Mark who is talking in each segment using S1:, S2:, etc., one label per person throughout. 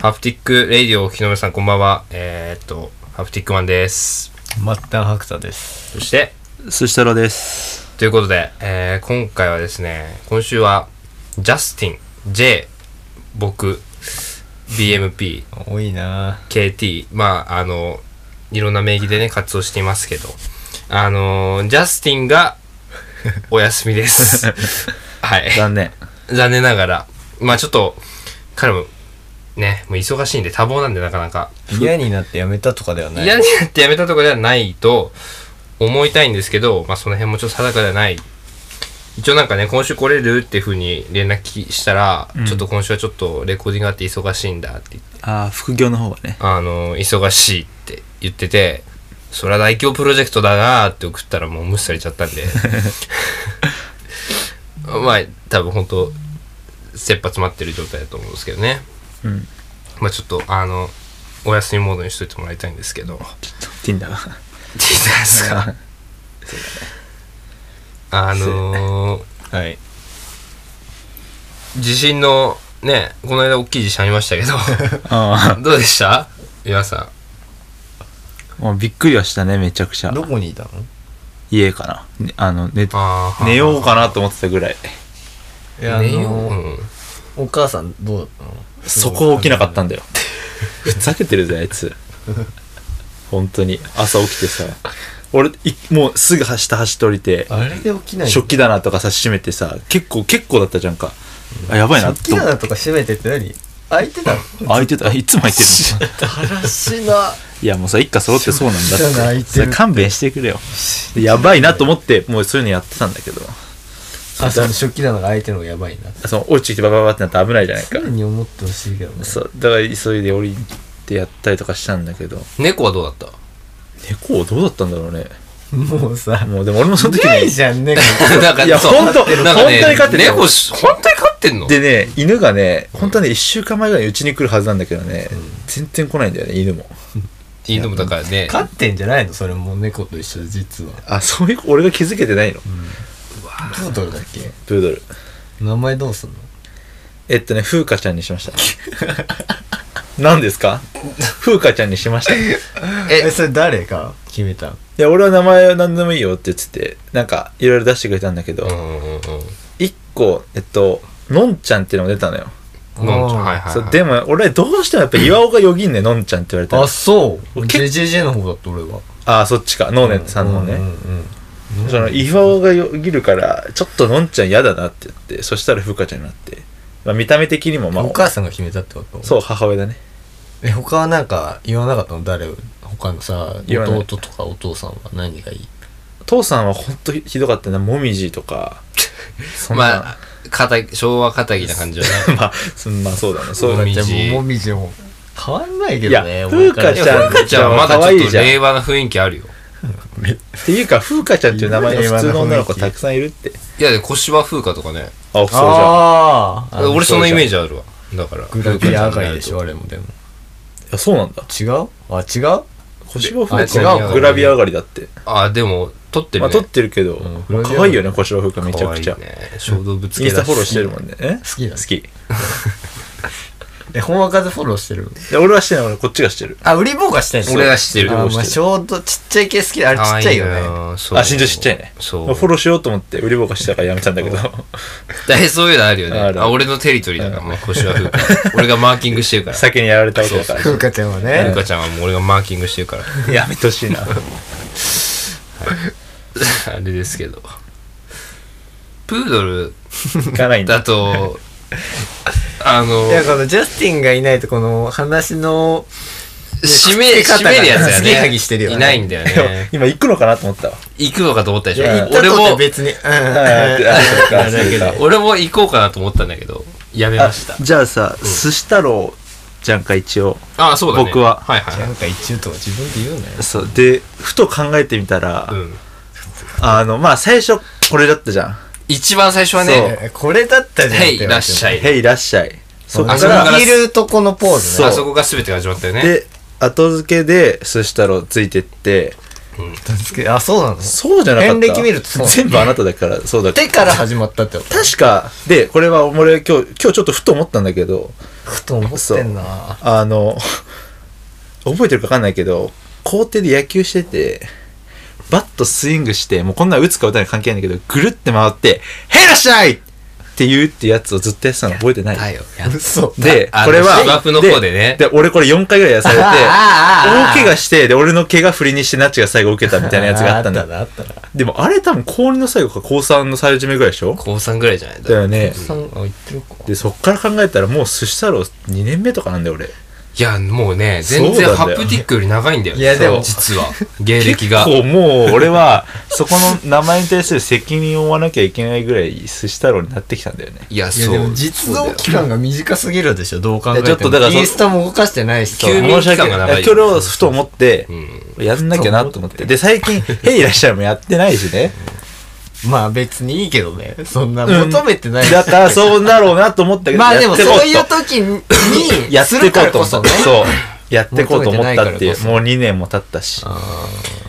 S1: ハプティックレイディオ、日の目さんこんばんは。えー、っと、ハプティックマンです。
S2: 末端白太です。
S1: そして、
S3: 寿司太郎です。
S1: ということで、えー今回はですね、今週は、ジャスティン、J、僕、BMP、
S2: 多いな
S1: KT、まあ、あの、いろんな名義でね、活動していますけど、あのージャスティンが、お休みです。はい。
S3: 残念。
S1: 残念ながら。まあちょっと、彼も、ね、もう忙しいんで多忙なんでなかなか。
S2: ぁ嫌になってやめたとかではない。
S1: 嫌になってやめたとかではないと思いたいんですけど、まあその辺もちょっと定かではない。一応なんかね、今週来れるっていうふうに連絡したら、
S3: うん
S1: ちょっと今週はちょっとレコーディングがあって忙しいんだって言って、
S3: ああ、副業の方はね。
S1: あの、忙しいって言ってて、そりゃ大凶プロジェクトだなーって送ったらもう無視されちゃったんで。 まあ多分本当切羽詰まってる状態だと思うんですけどね。
S3: うん。
S1: まあちょっとあのお休みモードにしといてもらいたいんですけどいい
S3: ティンダー。
S1: ですかあのー、
S2: はい。
S1: 地震のねこの間大きい地震ありましたけど
S3: あ
S1: どうでした皆さ
S3: あ、もうびっくりはしたね、めちゃくちゃ。
S2: どこにいたの
S3: 家かな。ねあの、寝
S1: ん、、あー
S3: 寝ようかなと思ってたぐらい。
S2: いや、あ
S1: 寝よう、う
S2: の、
S1: ん、
S2: お母さんどうだったの
S3: そこ起きなかったん だよ。ふざけてるぜ、あいつ。本当に。朝起きてさ。俺、いもうすぐ走って走って降りて、
S2: あれで起きない
S3: 食器棚とかさ、閉めてさ、結構、結構だったじゃんか。あ、やばいな、
S2: 食器棚とか閉めてって何開いてたの
S3: 開いてた。あいつも開いてるの。
S2: だらしな。
S3: いやもうさ一家揃ってそうなんだ
S2: しょうがない
S3: ってそれ勘弁してくれよやばいなと思ってもうそういうのやってたんだけど
S2: あ、その食器棚が開いてるのがやばいな。
S3: その落ちてきてババババってなったら危ないじゃないか
S2: 常に思ってほしいけどね。
S3: そうだから急いで降りてやったりとかしたんだけど
S1: 猫はどうだった
S3: 猫はどうだったんだろうね
S2: もうさ、
S3: もうでも俺もその時
S2: ない
S3: に
S2: じゃん、猫。
S1: なんか
S3: いや
S1: そう
S3: ほんと
S1: なんかね
S3: ほんとに飼ってたよ
S1: 猫し本当に飼ってんの
S3: でね犬がね本当はね1週間前ぐらいにうちに来るはずなんだけどね、全然来ないんだよね犬も
S1: 犬もだからね
S2: 飼ってんじゃないのそれもう猫と一緒で実は。
S3: あそういう俺が気づけてないの
S2: プードルだっけ
S3: プードル
S2: 名前どうすんの
S3: えっとね風花ちゃんにしました 何ですか風花ちゃんにしました
S1: え
S2: え、それ誰が決めたの
S3: いや、俺は名前は何でもいいよって言ってて、なんか、いろいろ出してくれたんだけど
S1: うん、うんうん
S3: 一、個、えっと、のんちゃんっていうのが出たのよ。
S1: うんのんちゃん
S2: あー
S1: はいはい、
S3: そう
S1: はい、
S3: でも、俺どうしてもやっぱ岩尾がよぎんね、のんちゃんって言われた
S2: あ、
S3: ら。
S2: そう。
S3: 結構
S2: JJJ の方だって俺は。
S3: ああ、そっちか、のーねさんの
S2: う
S3: ね。
S2: ん
S3: その、岩尾がよぎるから、ちょっとのんちゃん嫌だなって言って、そしたらふかちゃんになって。まあ、見た目的にも、
S2: うん
S3: ま
S2: お
S3: あ、
S2: 母さんが決めたってこと
S3: そう、母親だね。
S2: え、他はなんか言わなかったの誰他のさ、
S3: 言わない
S2: 弟とかお父さんは何がいい
S3: 父さんはほんとひどかったな、もみじとか。そんな、
S1: まあ堅い昭和肩着な感じだね
S3: まあ、そんまあそうだね。そう
S1: も
S3: だね。
S1: みじ
S2: だってもうもみじも変わんないけ
S3: い
S2: ど
S3: や
S2: ね、、
S3: 風花
S2: ち
S3: ちゃん、
S1: じゃあまだ
S3: 可
S1: ちょ
S3: 愛
S1: っ
S3: い
S1: と
S3: じゃん
S1: 令和な雰囲気あるよ。
S3: っていうか、風花ちゃんっていう名前の普通の女の子たくさんいるって。
S1: いや、で小芝風花とかね。
S3: あ、そうじゃん。
S2: ああ
S1: 俺そのイメージあるわ。だから。
S2: グラビア上がりでしょあれもでも
S3: いや、そうなんだ。
S2: 違うあ違う
S3: 小芝
S1: あ
S3: 風
S1: 違う
S3: 花グラビア上がりだって。
S1: あ、でも、撮ってる
S3: まあ、
S1: ね。
S3: 撮ってるけど
S2: ん、
S3: まあ可愛いよね、小芝風花めちゃくちゃ
S1: 可愛。いね。小動物
S3: イン
S1: 系
S3: ス
S1: だ
S3: タ
S1: し。
S3: フォローしてるもんね。え
S2: 好きだ
S3: 好き。い
S2: え本若でフォローしてる
S3: や、俺はしてない、俺こっちがしてる。
S2: あ売り棒がしたいの
S1: 俺が知ってる。
S2: あ
S3: どう
S2: ー
S3: して
S2: まあ
S3: る
S2: ショートちっちゃい系好きであれち
S1: 可
S2: っ
S1: 愛
S2: ちゃい
S1: い
S2: よ
S1: な
S2: ね
S1: そう。
S3: あ、身長ちっちゃいね。
S1: そう。
S3: まあフォローしようと思って、売り棒がしてたからやめたんだけど。
S1: 大そういうのあるよね。
S3: ある
S1: あ、俺のテリトリーだから、もう小芝風 花。俺がマーキングしてるから。風
S3: 先にやられたわけだから。
S2: 風花ちゃんはね
S1: 花ちゃんはもう俺がマーキングしてるから。
S3: やめてほしいな。
S1: あれですけど。プードル
S3: 行かないんだ。
S1: だ と、あの
S2: い、やこのジャスティンがいないとこの話の
S1: 締め、締めるやつや
S2: 好きはぎ
S1: ね。
S2: してるよね
S1: いないんだよ
S3: でも
S1: ね。
S3: 今行くのかなと思ったわ。
S1: 行くのかと思ったでしょ
S3: いや行っ
S1: 俺も
S2: 別に、うん、
S3: あーあそうかそうか
S1: 俺も行こうかなと思ったんだけどやめました
S3: じゃあさ、寿司太郎じゃんか、一応。
S1: ああそうだね
S3: 僕は
S1: はいはい
S2: な
S1: はい
S2: んか一応とか自分で言うなよ
S3: そう。で、ふと考えてみたら、
S1: うん
S3: あの、まあ、最初、これだったじゃん。
S1: 一番最初はね
S2: えこれだったじゃん
S1: はいいらっしゃ
S2: い
S1: い
S3: へい、いらっしゃい。そっ
S2: あ
S3: か、
S2: そこ
S1: あそこから
S2: らいるとこのポーズ
S3: そう
S1: あそこが全てが始まったよね
S3: で、後付けで、寿司太郎ついてって、
S2: 片付けあそうなの
S3: そうじゃなかった。
S2: 遍歴見るとそう
S3: 全部あなただから、そうだ
S2: 手から始まったってこと
S3: 確か、で、これは俺今日、今日ちょっとふと思ったんだけど、
S2: ふと思ってんな
S3: あの、覚えてるか分かんないけど、校庭で野球してて、バットスイングして、もうこんな打つか打たないか関係ないんだけど、ぐるって回って、へいらっしゃいって言うってやつをずっとやってたの覚えてない。
S1: だよ。やっ
S2: 嘘
S3: で
S1: あ、の
S3: これは、
S1: 芝生の方でね
S3: で、俺これ4回ぐらいやらされて、
S2: ああああああ
S3: 大怪我して、で、俺の怪我振りにして、ナッチが最後受けたみたいなやつがあったんだ。
S2: あったなあったな
S3: でもあれ多分高2の最後か高3の最初目ぐらいでしょ
S1: 高3ぐらいじゃない
S3: だよね。
S2: さんあ言ってるか
S3: で、そっから考えたらもう寿司太郎2年目とかなんだよ、俺。
S1: いや、もうね、全
S3: そう
S1: 然
S3: なんだ
S1: ハ
S3: よ
S1: プティックより長いんだよ。
S2: いやでも
S1: 実は。芸歴が。
S3: 結構もう 俺は、そこの名前に対する責任を負わなきゃいけないぐらい寿司太郎になってきたんだよね。
S1: いや、
S2: いや
S1: そ
S2: で
S1: う。
S2: も実
S1: そうだ
S2: 動
S1: よ
S2: 期間が短すぎるでしょどう考えても
S3: いやちょっとだからそ
S2: インスタも動かしてないしさ
S1: 休眠
S3: 申
S1: 期
S3: し
S1: 間
S3: 訳
S1: が
S3: な
S1: 長
S3: い。
S1: い
S3: 今日をふと思って
S1: う、ん。
S3: やんなきゃなと思って。で、最近、ヘイいらっしゃいもやってないしね。
S2: まあ別にいいけどねそんな求めてないし
S3: だからそうだろうなと思ったけど。
S2: まあでも
S3: やってこ
S2: そう
S3: と
S2: いう時に
S3: やってこ
S2: する
S3: うと思っ
S2: からこそ
S3: た。
S2: ね
S3: そう。やってこうと思った
S2: 求めてな
S3: ってい
S2: いからこ
S3: う。
S2: そ
S3: もう2年も経ったし。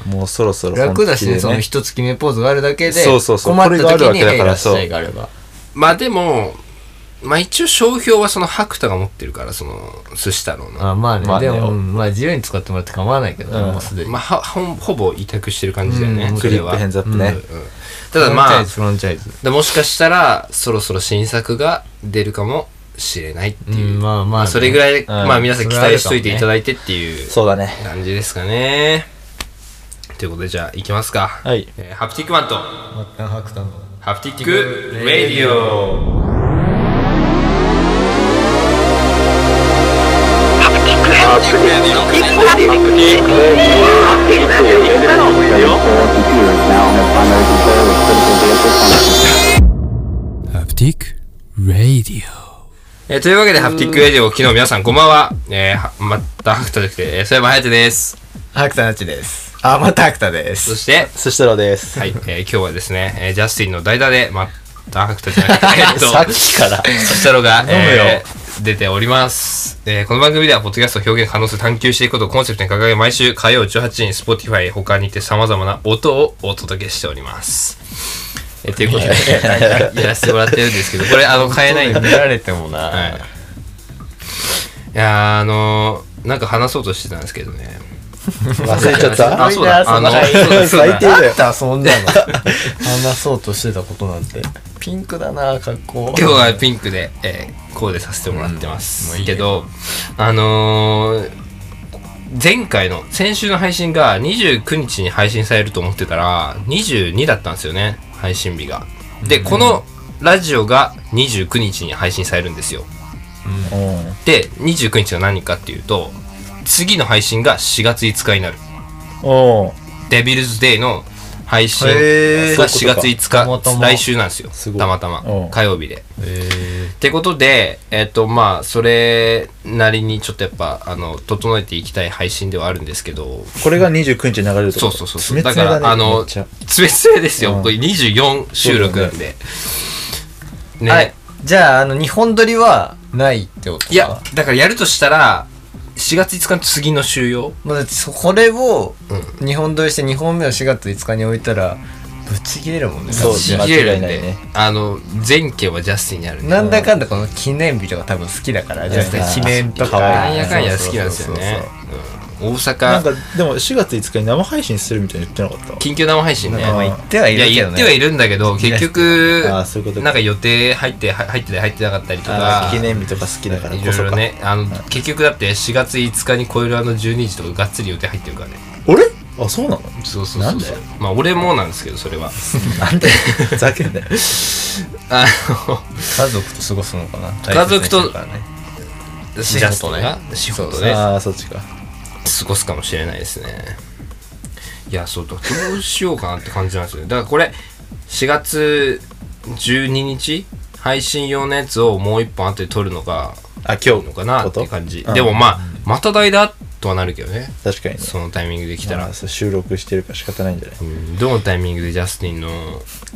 S3: もうそろそろ本気
S2: 楽
S3: で
S2: だしねその一つ決めポーズがあるだけで
S3: そうそうそう
S2: 困った時に
S3: これがあ
S2: ヘイ
S3: るわけだから
S2: らっしゃいがあれば
S1: まあでも、まあ一応商標はその白太が持ってるから、その、寿司太郎の。
S2: あまあね,、
S3: まあね
S2: でも、うんまあ自由に使ってもらって構わないけどね、
S3: うん
S2: もうすでに、
S1: まあ、はほほぼ委託してる感じだよね。
S2: うん
S1: そ
S3: ク
S1: れ
S3: リ
S1: は
S3: ップヘンズアップね。
S1: ただまあ、
S2: フランチャイズフランチャイズ
S1: でもしかしたら、そろそろ新作が出るかもしれないっていう。
S2: うんまあまあね
S1: それぐらい、
S3: ん
S1: まあ皆さん期待しといていただいてっていう
S3: そうだね。
S1: 感じですかね。ということで、じゃあ行きますか。
S3: はい。
S1: えーハプティックマンと、
S2: マッカンハクタンの
S1: ハプティックレディオ。えーというわけで、ハプティックレディオ、昨日皆さんこんばんは。えーは、また、ハクタじゃなくて、えー、そういえば、ハヤテです。
S2: ハクタナチですあまたハクタで
S1: そ
S2: す
S1: して、
S3: 寿司太郎です。
S1: はい、えー今日はですね、えージャスティンの代打で、また、ハクタじゃなくて、 えっと、
S3: さっきから。
S1: そしたろが、
S3: むよ
S1: えー出ております、えーこの番組では、ポッドキャストを表現可能性を探求していくことをコンセプトに掲げ、毎週火曜18時に Spotify 他にて様々な音をお届けしております。えーということで、 やらせてもらってるんですけど、これ、あの、買えないんで。
S2: 見られてもな、
S1: はい。いやーあのーなんか話そうとしてたんですけどね。
S3: 忘れちゃった
S1: あ、そうだ、あの、
S2: はい
S1: そうだ、そうだ
S3: 最低だよ
S2: あったそんなの話そうとしてたことなんてピンクだな格 好
S1: 今日はピンクで、えーコーデさせてもらってます、けどあのー前回の先週の配信が29日に配信されると思ってたら22だったんですよね配信日がでこのラジオが29日に配信されるんですよ
S3: うん
S1: で29日は何かっていうと次の配信が4月5日になる
S3: おう
S1: デビルズデイの配信が
S2: へ
S3: ー
S1: 4月5
S2: たまた
S1: 日
S2: ま
S1: 来週なんですよ
S3: すごい
S1: たまたま
S3: うん
S1: 火曜日で
S2: え
S1: ってことで、えっ、と、まあ、それなりにちょっとやっぱ、あの、整えていきたい配信ではあるんですけど、
S3: これが29日に流れるってこと
S1: そうそうそうそう。
S3: 爪
S1: だ
S3: 爪
S1: か
S3: だ
S1: ら、
S3: ね
S1: あの
S3: めっちゃ、
S1: つめつめですよ。
S3: うん
S1: これ24収録なんで。ね。
S2: はいじゃああの日本撮りはないってことか
S1: いや、だからやるとしたら、4月5日の次の週よ。
S2: まあ、だってそこれを日本撮りして2本目を4月5日に置いたらぶっちぎれるもんね
S3: そう
S1: ち
S3: 間
S1: ぎれ
S3: 違
S1: る
S3: い
S1: ん
S3: ない
S1: で、
S3: ね
S1: あの、前家はジャスティンにあるんで。
S2: なんだかんだこの記念日とか多分好きだから、じゃあ記念とか。
S3: 可愛い
S1: なんやかんや好きなんですよね。うん大
S3: なん
S1: 阪
S3: か、でも4月5日に生配信するみたいに言ってなかった
S1: 緊急生配信ね。
S3: まあ
S2: 言ってはいる
S1: い
S2: け
S1: や
S2: ど
S1: 言ってはい
S2: ね。
S1: るんだけど結局
S3: あーそういうことか
S1: なんか予定入っては入ってたり入ってなかったりと
S3: あ
S1: か
S3: ー記念日とか好きだから
S1: い
S3: こ
S1: ろい
S3: そ
S1: ろ
S3: か。
S1: ねあの結局だって4月5日に超えるあの12時とかがっつり予定入ってるからね
S3: 俺あ、そうなの
S1: そうそうそうそう
S3: なんだよ
S1: まあ俺もなんですけどそれは
S3: なんでふざけんなよ。
S1: あ
S2: 家族と過ごすのかな
S1: 家族と
S2: 大切にしてるからね
S1: の
S2: 仕事ね
S1: ね仕事ね
S3: ああ、そっちか。
S1: 過ごすかもしれないですねいやそうだどうしようかなって感じなんですよねだからこれ4月12日配信用のやつをもう一本後で撮るのが
S3: あ、今
S1: の
S3: 日
S1: かな
S3: こ
S1: っ
S3: と
S1: て感じ
S3: うん
S1: でもまあまた代打とはなるけどね
S3: 確かにね。
S1: そのタイミングで来た
S3: あ
S1: ら
S3: ーそう収録してるから仕方ないんじゃない
S1: うんどのタイミングでジャスティンの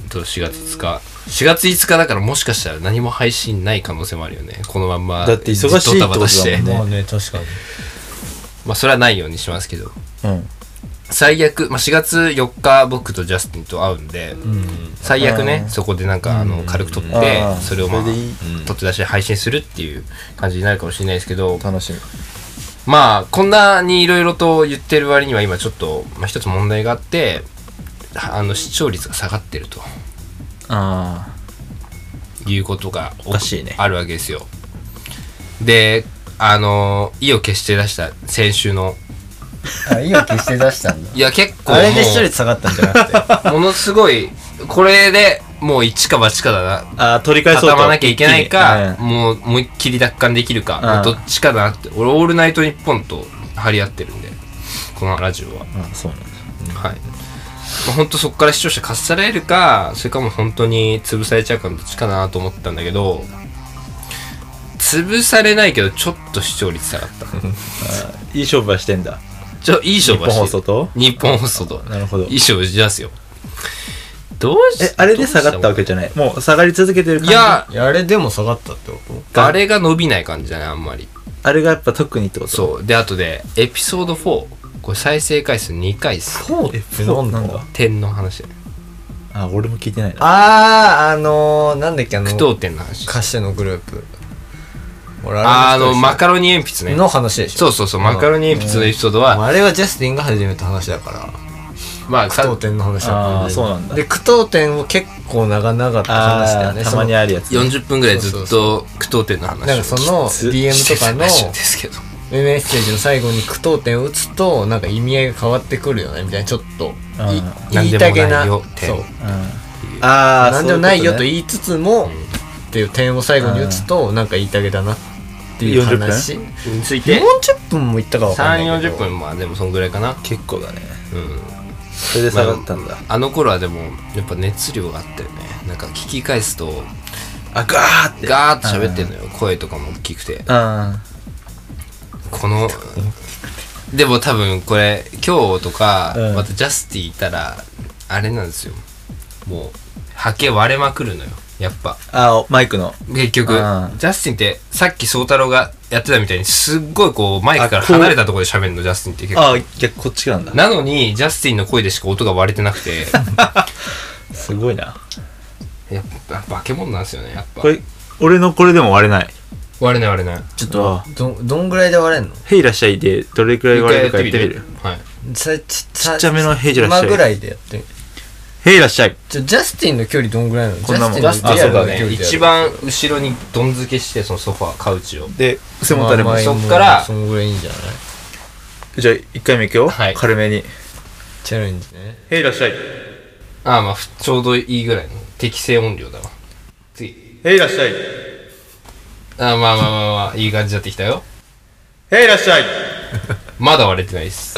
S1: と4月5日4月5日だからもしかしたら何も配信ない可能性もあるよねこのまんま
S3: だって忙しいってこ
S1: ドタ
S3: とだもんね
S1: バタして
S2: まあね、確かに。
S1: まあそれはないようにしますけど
S3: うん。
S1: 最悪、まあ、4月4日僕とジャスティンと会うんで、最悪ねそこでなんかあの軽く撮って
S3: あー
S1: それをまあ
S3: それでいい
S1: 撮って出して配信するっていう感じになるかもしれないですけど
S2: 楽しみ
S1: まあこんなにいろいろと言ってる割には今ちょっと、まあ、一つ問題があってあの視聴率が下がってると
S3: あ
S1: いうことが
S3: おかしいね
S1: あるわけですよであの意を決して出した先週の
S2: あ意を決して出したんだ
S1: いや結構
S2: あれで
S1: もう
S2: 視聴率下がったん じゃなくて
S1: ものすごいこれでもう一か八かだな
S3: ああー取り返そうと
S1: 畳まなきゃいけないか、
S3: 一気に
S1: もう思いっきり奪還できるか、
S3: ん
S1: まあどっちかだなって俺「オールナイトニッポン」と張り合ってるんでこのラジオは、
S3: うんあそうなんだ
S1: はい、まあ、ほんとそこから視聴者かっさられるかそれかもう本当に潰されちゃうかのどっちかなと思ったんだけど潰されないけどちょっと視聴率下がった
S3: いい勝負はしてんだ
S1: ちょいい
S3: 日
S1: 勝負
S3: 本
S1: はして
S3: 放送と
S1: 日本放送と
S3: なるほど
S1: いい勝負しますよどうし
S3: えあれで下がったわけ
S1: じ
S3: じゃないもう下がり続けてる
S1: ゃ
S3: 感
S1: い
S3: じ
S1: や
S2: い やあれでも下がったってこと
S1: あれが伸びない感じだねあんまり
S3: あれがやっぱ特にってこと
S1: そう。で、あとで、エピソード4。これ再生回数2回っす。
S2: そう
S3: え
S2: ってなんだ
S3: なんだ
S1: 点の話だよ。
S3: あ俺も聞いてないな
S2: あーあのー、なんだっけあの
S1: 句読点の話。
S2: 歌手のグループ俺
S1: あーあの、マ
S2: カ
S1: カロニ鉛筆ね。
S2: の話でしょ
S1: そうそうそう、マカロニ鉛筆のエピソード
S2: もう
S1: は、
S2: あれはジャスティンが始めた話だから
S1: まあ、
S2: 句読
S1: さ
S2: 点の話だから
S3: あーそうなんだ
S2: で句読点を結構長々と話したよね
S3: たまにあるやつね
S1: 40分ぐらいずっと句読点の話を
S2: なんかその
S3: つ
S2: DM とかの
S1: してたんですけど。
S2: メッセージの最後に句読点を打つとなんか意味合いが変わってくるよねみたいなちょっと
S3: うん
S2: い
S1: なんで
S2: 言
S1: もな
S2: いた
S1: い
S2: げな
S1: よ点
S2: そう
S3: うんああ
S2: なんでもないよと
S3: い
S2: 言いつつもっていう点を最後に打つとなんか言いたげだなっていう話40
S1: について、
S2: 分も言ったかわかんない
S1: 3、
S2: けど
S1: 40分、まあでもそんぐらいかな。
S3: 結構だね
S1: うん。
S3: それで下がったんだ
S1: まああの頃はでも、やっぱ熱量があったよね。なんか聞き返すと、
S3: あガーって
S1: ガーッと喋ってんのよ。声とかも大きくて。
S3: あ
S1: このでも多分これ今日とか、
S3: うん
S1: またジャスティいたらあれなんですよもうハケ割れまくるのよやっぱ
S3: あマイクの
S1: 結局ジ
S3: あー
S1: ャスティンってさっき宗太郎がやってたみたいにすっごいこうマイクから
S3: あこう
S1: 離れたところで喋るのジャスティンって結構
S3: あ逆こっちなんだ
S1: なのにジャスティンの声でしか音が割れてなく て
S3: すごいな
S1: やっぱ化け物なんですよねやっぱ
S3: これ俺のこれでも割れない
S1: 割れない割れない
S3: ちょっと
S2: どどんぐらいで割れんの
S3: 「へいらっしゃい」でどれくらい割れるかやってみる
S1: はい
S2: さち
S3: ちっちゃめのヘイジらっしゃい
S2: 今ぐらいでやってみ
S3: 「へいらっしゃい
S2: ちょジャスティンの距離どんぐらいなの
S3: こんなもん
S2: ジ
S1: ジャ
S2: ャ
S1: ス
S2: ス
S1: テ
S2: テ
S1: ィ
S2: ィ
S1: ン
S2: ン
S1: あ
S2: リ
S1: そう
S2: アルな
S1: だ
S2: 距離
S1: ね
S2: でやる
S1: 一番後ろにどん付けしてそのソファーカウチを」
S3: で背もたれ
S2: まあまあ
S3: も
S1: そっから
S2: そんぐらいいいんじゃない
S3: じゃあ一回目いくよ、
S1: はい
S3: 軽めに
S2: チャレンジね
S3: 「へいらっしゃい」
S1: ああまあふちょうどいいぐらいの適正音量だわ次
S3: 「へいらっしゃい」
S1: ああまあまあまあまあいい感じになってきたよ
S3: 「へいらっしゃい」
S1: まだ割れてないです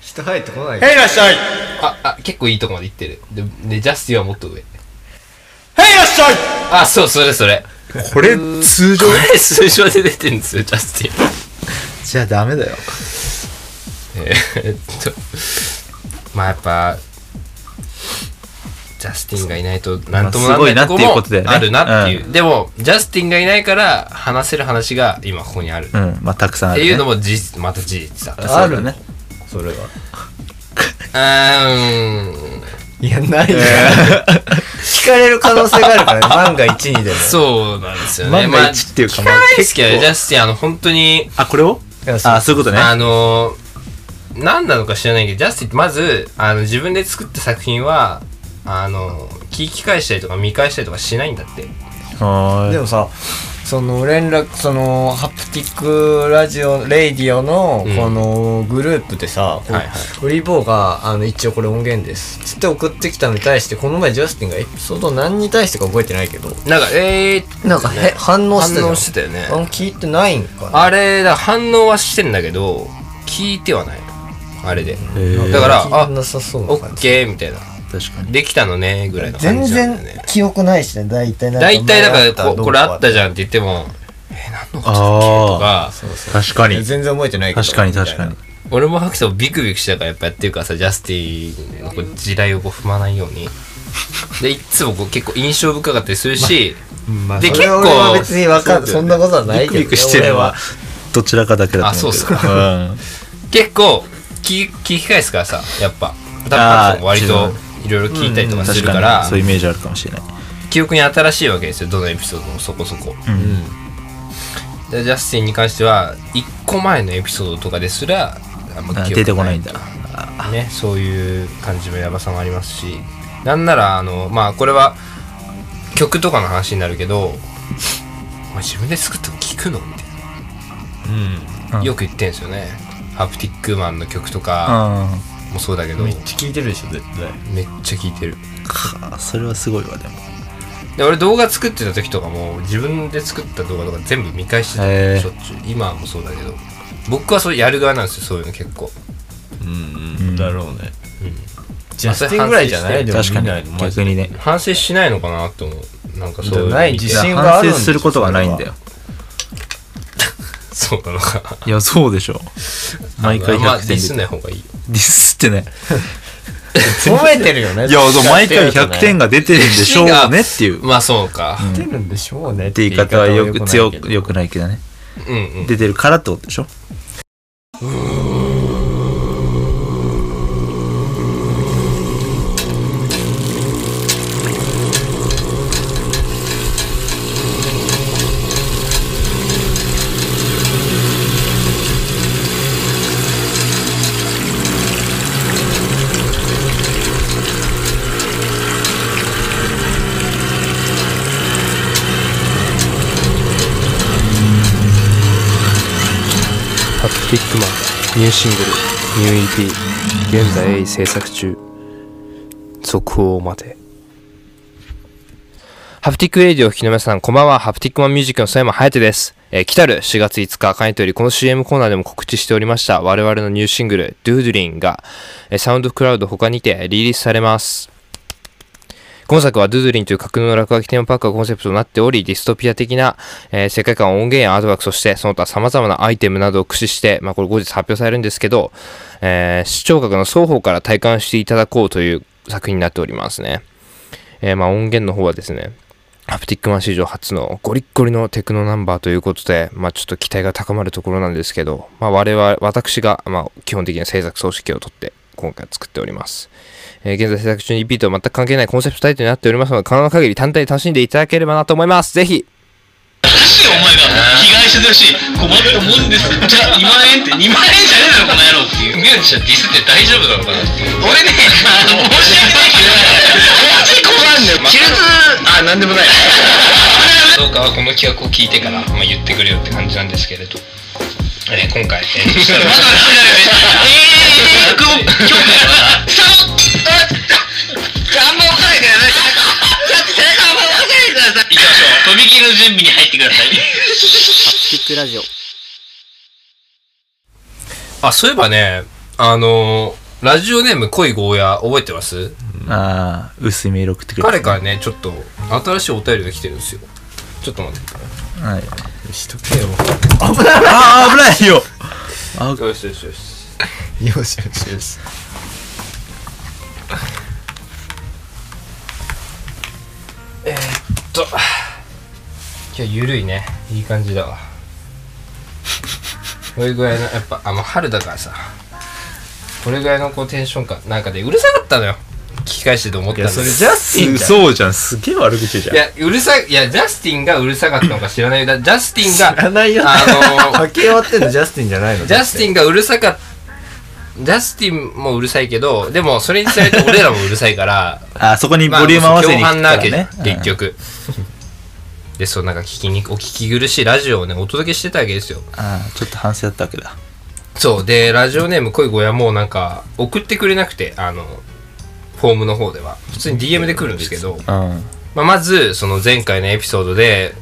S2: 人入ってこない
S3: 「へいらっしゃい」
S1: ああ結構いいとこまでいってるででジャスティンはもっと上
S3: 「へいらっしゃい
S1: あそうそれそれ」
S3: これ通
S1: これ数字は出てるんですよジャスティン
S3: じゃあダメだよ
S1: えーっとまあやっぱジャスティンがいないと何ともなんないとこ
S3: まあすごいなっていう
S1: も
S3: ことだよね
S1: あるなっていう、
S3: う
S1: でもジャスティンがいないから話せる話が今ここにある、っ
S3: うんまあたくさんあ
S1: て
S3: る、ね、
S1: いうのも事実また事実だった
S3: あるね
S2: それは
S1: あーうーん
S2: いやないよ聞かれる可能性があるから ね万が一にでも
S1: そうなんですよね。
S3: 万が一っていうか
S1: まあ、
S3: まあ
S1: 聞かないですけど、
S3: 結
S1: ジ
S3: 構
S1: ャスティン、あの、本当に、
S3: あこれを
S2: いやそう
S3: あそういうことね
S1: あのー、何なのか知らないけど、ジャスティンってまず、あの、自分で作った作品は、あの、聞き返したりとか見返したりとかしないんだって。
S3: はーい
S2: でもさその連絡そのハプティックラジオレイディオの
S1: うん
S2: このグループでさ、こう
S1: はいはい
S2: オリボーがあの一応これ音源ですつって送ってきたのに対してこの前ジャスティンがエピソード何に対してか覚えてないけど
S1: なんか、えー、
S2: なんかへ反応してたじゃん
S1: 反応してたよね
S2: あの聞いてないんかな
S1: あれ、だから反応はしてんだけど、聞いてはない。あれで。
S3: ー
S1: だから、
S2: 聞いて
S1: あ、
S2: なさそう
S1: オ
S2: な
S1: ッ
S2: 感じ
S1: ケーみたいな。
S3: 確かに
S1: できたのね、ぐらいの感
S2: 全
S1: じなんだよ
S2: 然
S1: ね。
S2: 記憶ないしね大体なんか
S1: 大体、だから、ここれあった
S2: ゃん
S1: じゃんって言っても、え、何のことと
S3: あ
S1: か、
S2: そうそう
S3: あ確か
S2: いや
S3: に
S2: 全然覚えてないけど
S3: 確かに確かに
S2: みたい
S1: 俺もハクさんもビクビクしながらやっぱやってるからさジャスティのこう地雷をこう踏まないようにでいっつもこう結構印象深かったりするし、
S2: な
S1: で
S2: そ
S1: 結
S2: れは俺は
S1: 構
S2: 別にわかんそんなことはないけどね
S3: ビクビクしてるの
S2: 俺
S3: はどちらかだけだと思うけど
S1: あそうっす
S3: か
S1: 結構聞き聞き返すからさやっぱダンプさんも割といろいろ聞いたりとかす
S3: 確
S1: るか
S3: からにそういうイメージあるかもしれない
S1: 記憶に新しいわけですよどのエピソードもそこそこ
S3: うん
S1: でジャスティンに関しては1個前のエピソードとかですらあんま記憶
S3: あ出てこないんだ
S1: ねそういう感じのヤバさもありますしなんならあのまあこれは曲とかの話になるけど「お前自分で作ったの聞くの?」みたいな、
S3: うん
S1: よく言ってんですよねハプティックマンの曲とか
S3: あ
S1: もそうだけど、
S2: うんめ
S1: め
S2: っちゃ聞いてるでしょ絶対
S1: っちゃ聞いてる
S3: あそれはすごいわでも
S1: で俺動画作ってた時とかも自分で作った動画とか全部見返してた
S3: へー
S1: しょっちゅう今もそうだけど僕はそうやる側なんですよそういうの結構
S2: うんうんだろうね
S1: うん
S2: ジャスティンぐらいじゃないでも
S3: 確か
S2: 見ない
S3: に
S2: のマジ
S3: 逆
S2: で
S3: にね
S1: 反省しないのかなって思うなんかそういうの
S2: ない
S1: 見て
S2: 自信があ
S3: 反
S2: るん
S3: 省
S2: ですよ
S3: することがないんだよ
S1: そうなのか
S3: いやそうでしょ毎回
S1: あんま
S3: 100
S1: ディ
S3: 点
S1: スんな
S3: で
S1: い方がいい
S3: ディスってね
S2: 褒めてるよね
S3: いやそう毎回100点
S2: が
S3: が出てるんでしょうねっていう
S1: まあそうか、
S2: 出てるんでしょうねっ
S3: って言い方はよく強くよくないけどね
S1: うん、うん
S3: 出てるからってことでしょ
S4: ハプティックマンニューシングルニュー EP 現在鋭意制作中続報を待て
S1: ハプティックレディオをお聞きの皆さん、こんばんは。ハプティックマンミュージックの佐山隼人です。えー来たる4月5日、関東よりこの CM コーナーでも告知しておりました、我々のニューシングル、ドゥードゥリンが、えーサウンドクラウド他にてリリースされます。今作はドゥドゥリンという架空の落書きテーマパークがコンセプトとなっており、ディストピア的な、えー世界観、音源やアートワーク、そしてその他様々なアイテムなどを駆使して、まあこれ後日発表されるんですけど、えー視聴覚の双方から体感していただこうという作品になっておりますね。えーまあ音源の方はですね、ハプティックマン史上初のゴリッゴリのテクノナンバーということで、まあちょっと期待が高まるところなんですけど、まあ我々、私が、まあ基本的な制作総指揮を取って、今回作っております。えー現在制作中に EP とは全く関係ないコンセプトタイトルになっておりますので、可能な限り単体で楽しんでいただければなと思います。ぜひ
S5: しお前が被害者だし困ったもんですじゃあ2万円って2万円じゃねえだろこの野郎っていうミュージシャンディスって大丈夫なのかなっていう俺ねあの申し訳ないけどマジ困るんだよ亀裂あなんで もないどうかはこの企画を聞いてから、まあ、言ってくれよって感じなんですけれど、えー、今回、えー、そしたらまだえー、今日からあんま分かんないからねだって背中あんま分かんないからさ行きましょう飛び切りの準備に入ってください
S4: ハプティックラジオ
S1: あ、そういえばね、あのラジオネーム恋ゴーヤ覚えてます
S3: ああ薄いメール送ってくれ
S1: 彼からね、ちょっと新しいお便りが来てるんですよ。ちょっと待って。
S3: はい
S2: しとけよ
S3: ああ危ないよ
S1: よしよしよし。
S2: よしよしよし
S1: ちょっと今日ゆるいねいい感じだわこれぐらいのやっぱあもう春だからさこれぐらいのこうテンション感なんかでうるさかったのよ聞き返してと思ったんです
S3: ャスティンそうじゃんすげえ悪口じゃん
S1: いやうるさいやジャスティンがうるさかったのか知らないだジャスティンが
S2: 知らないよ
S1: あの
S2: 書き終わってんのジャスティンじゃないの
S1: ジャスティンがうるさかったジャスティンもうるさいけどでもそれに伝えて俺らもうるさいから
S3: あそこ にボリューム合わせに
S1: まあ共犯なわけ
S3: ね
S1: ね結局でそうなんか聞きにお聞き苦しいラジオをねお届けしてたわけですよ
S3: ああちょっと反省だったわけだ
S1: そうでラジオネーム恋小屋もなんか送ってくれなくてあのフォームの方では普通に DM で来るんですけど、
S3: うん
S1: まあ、まずその前回のエピソードで、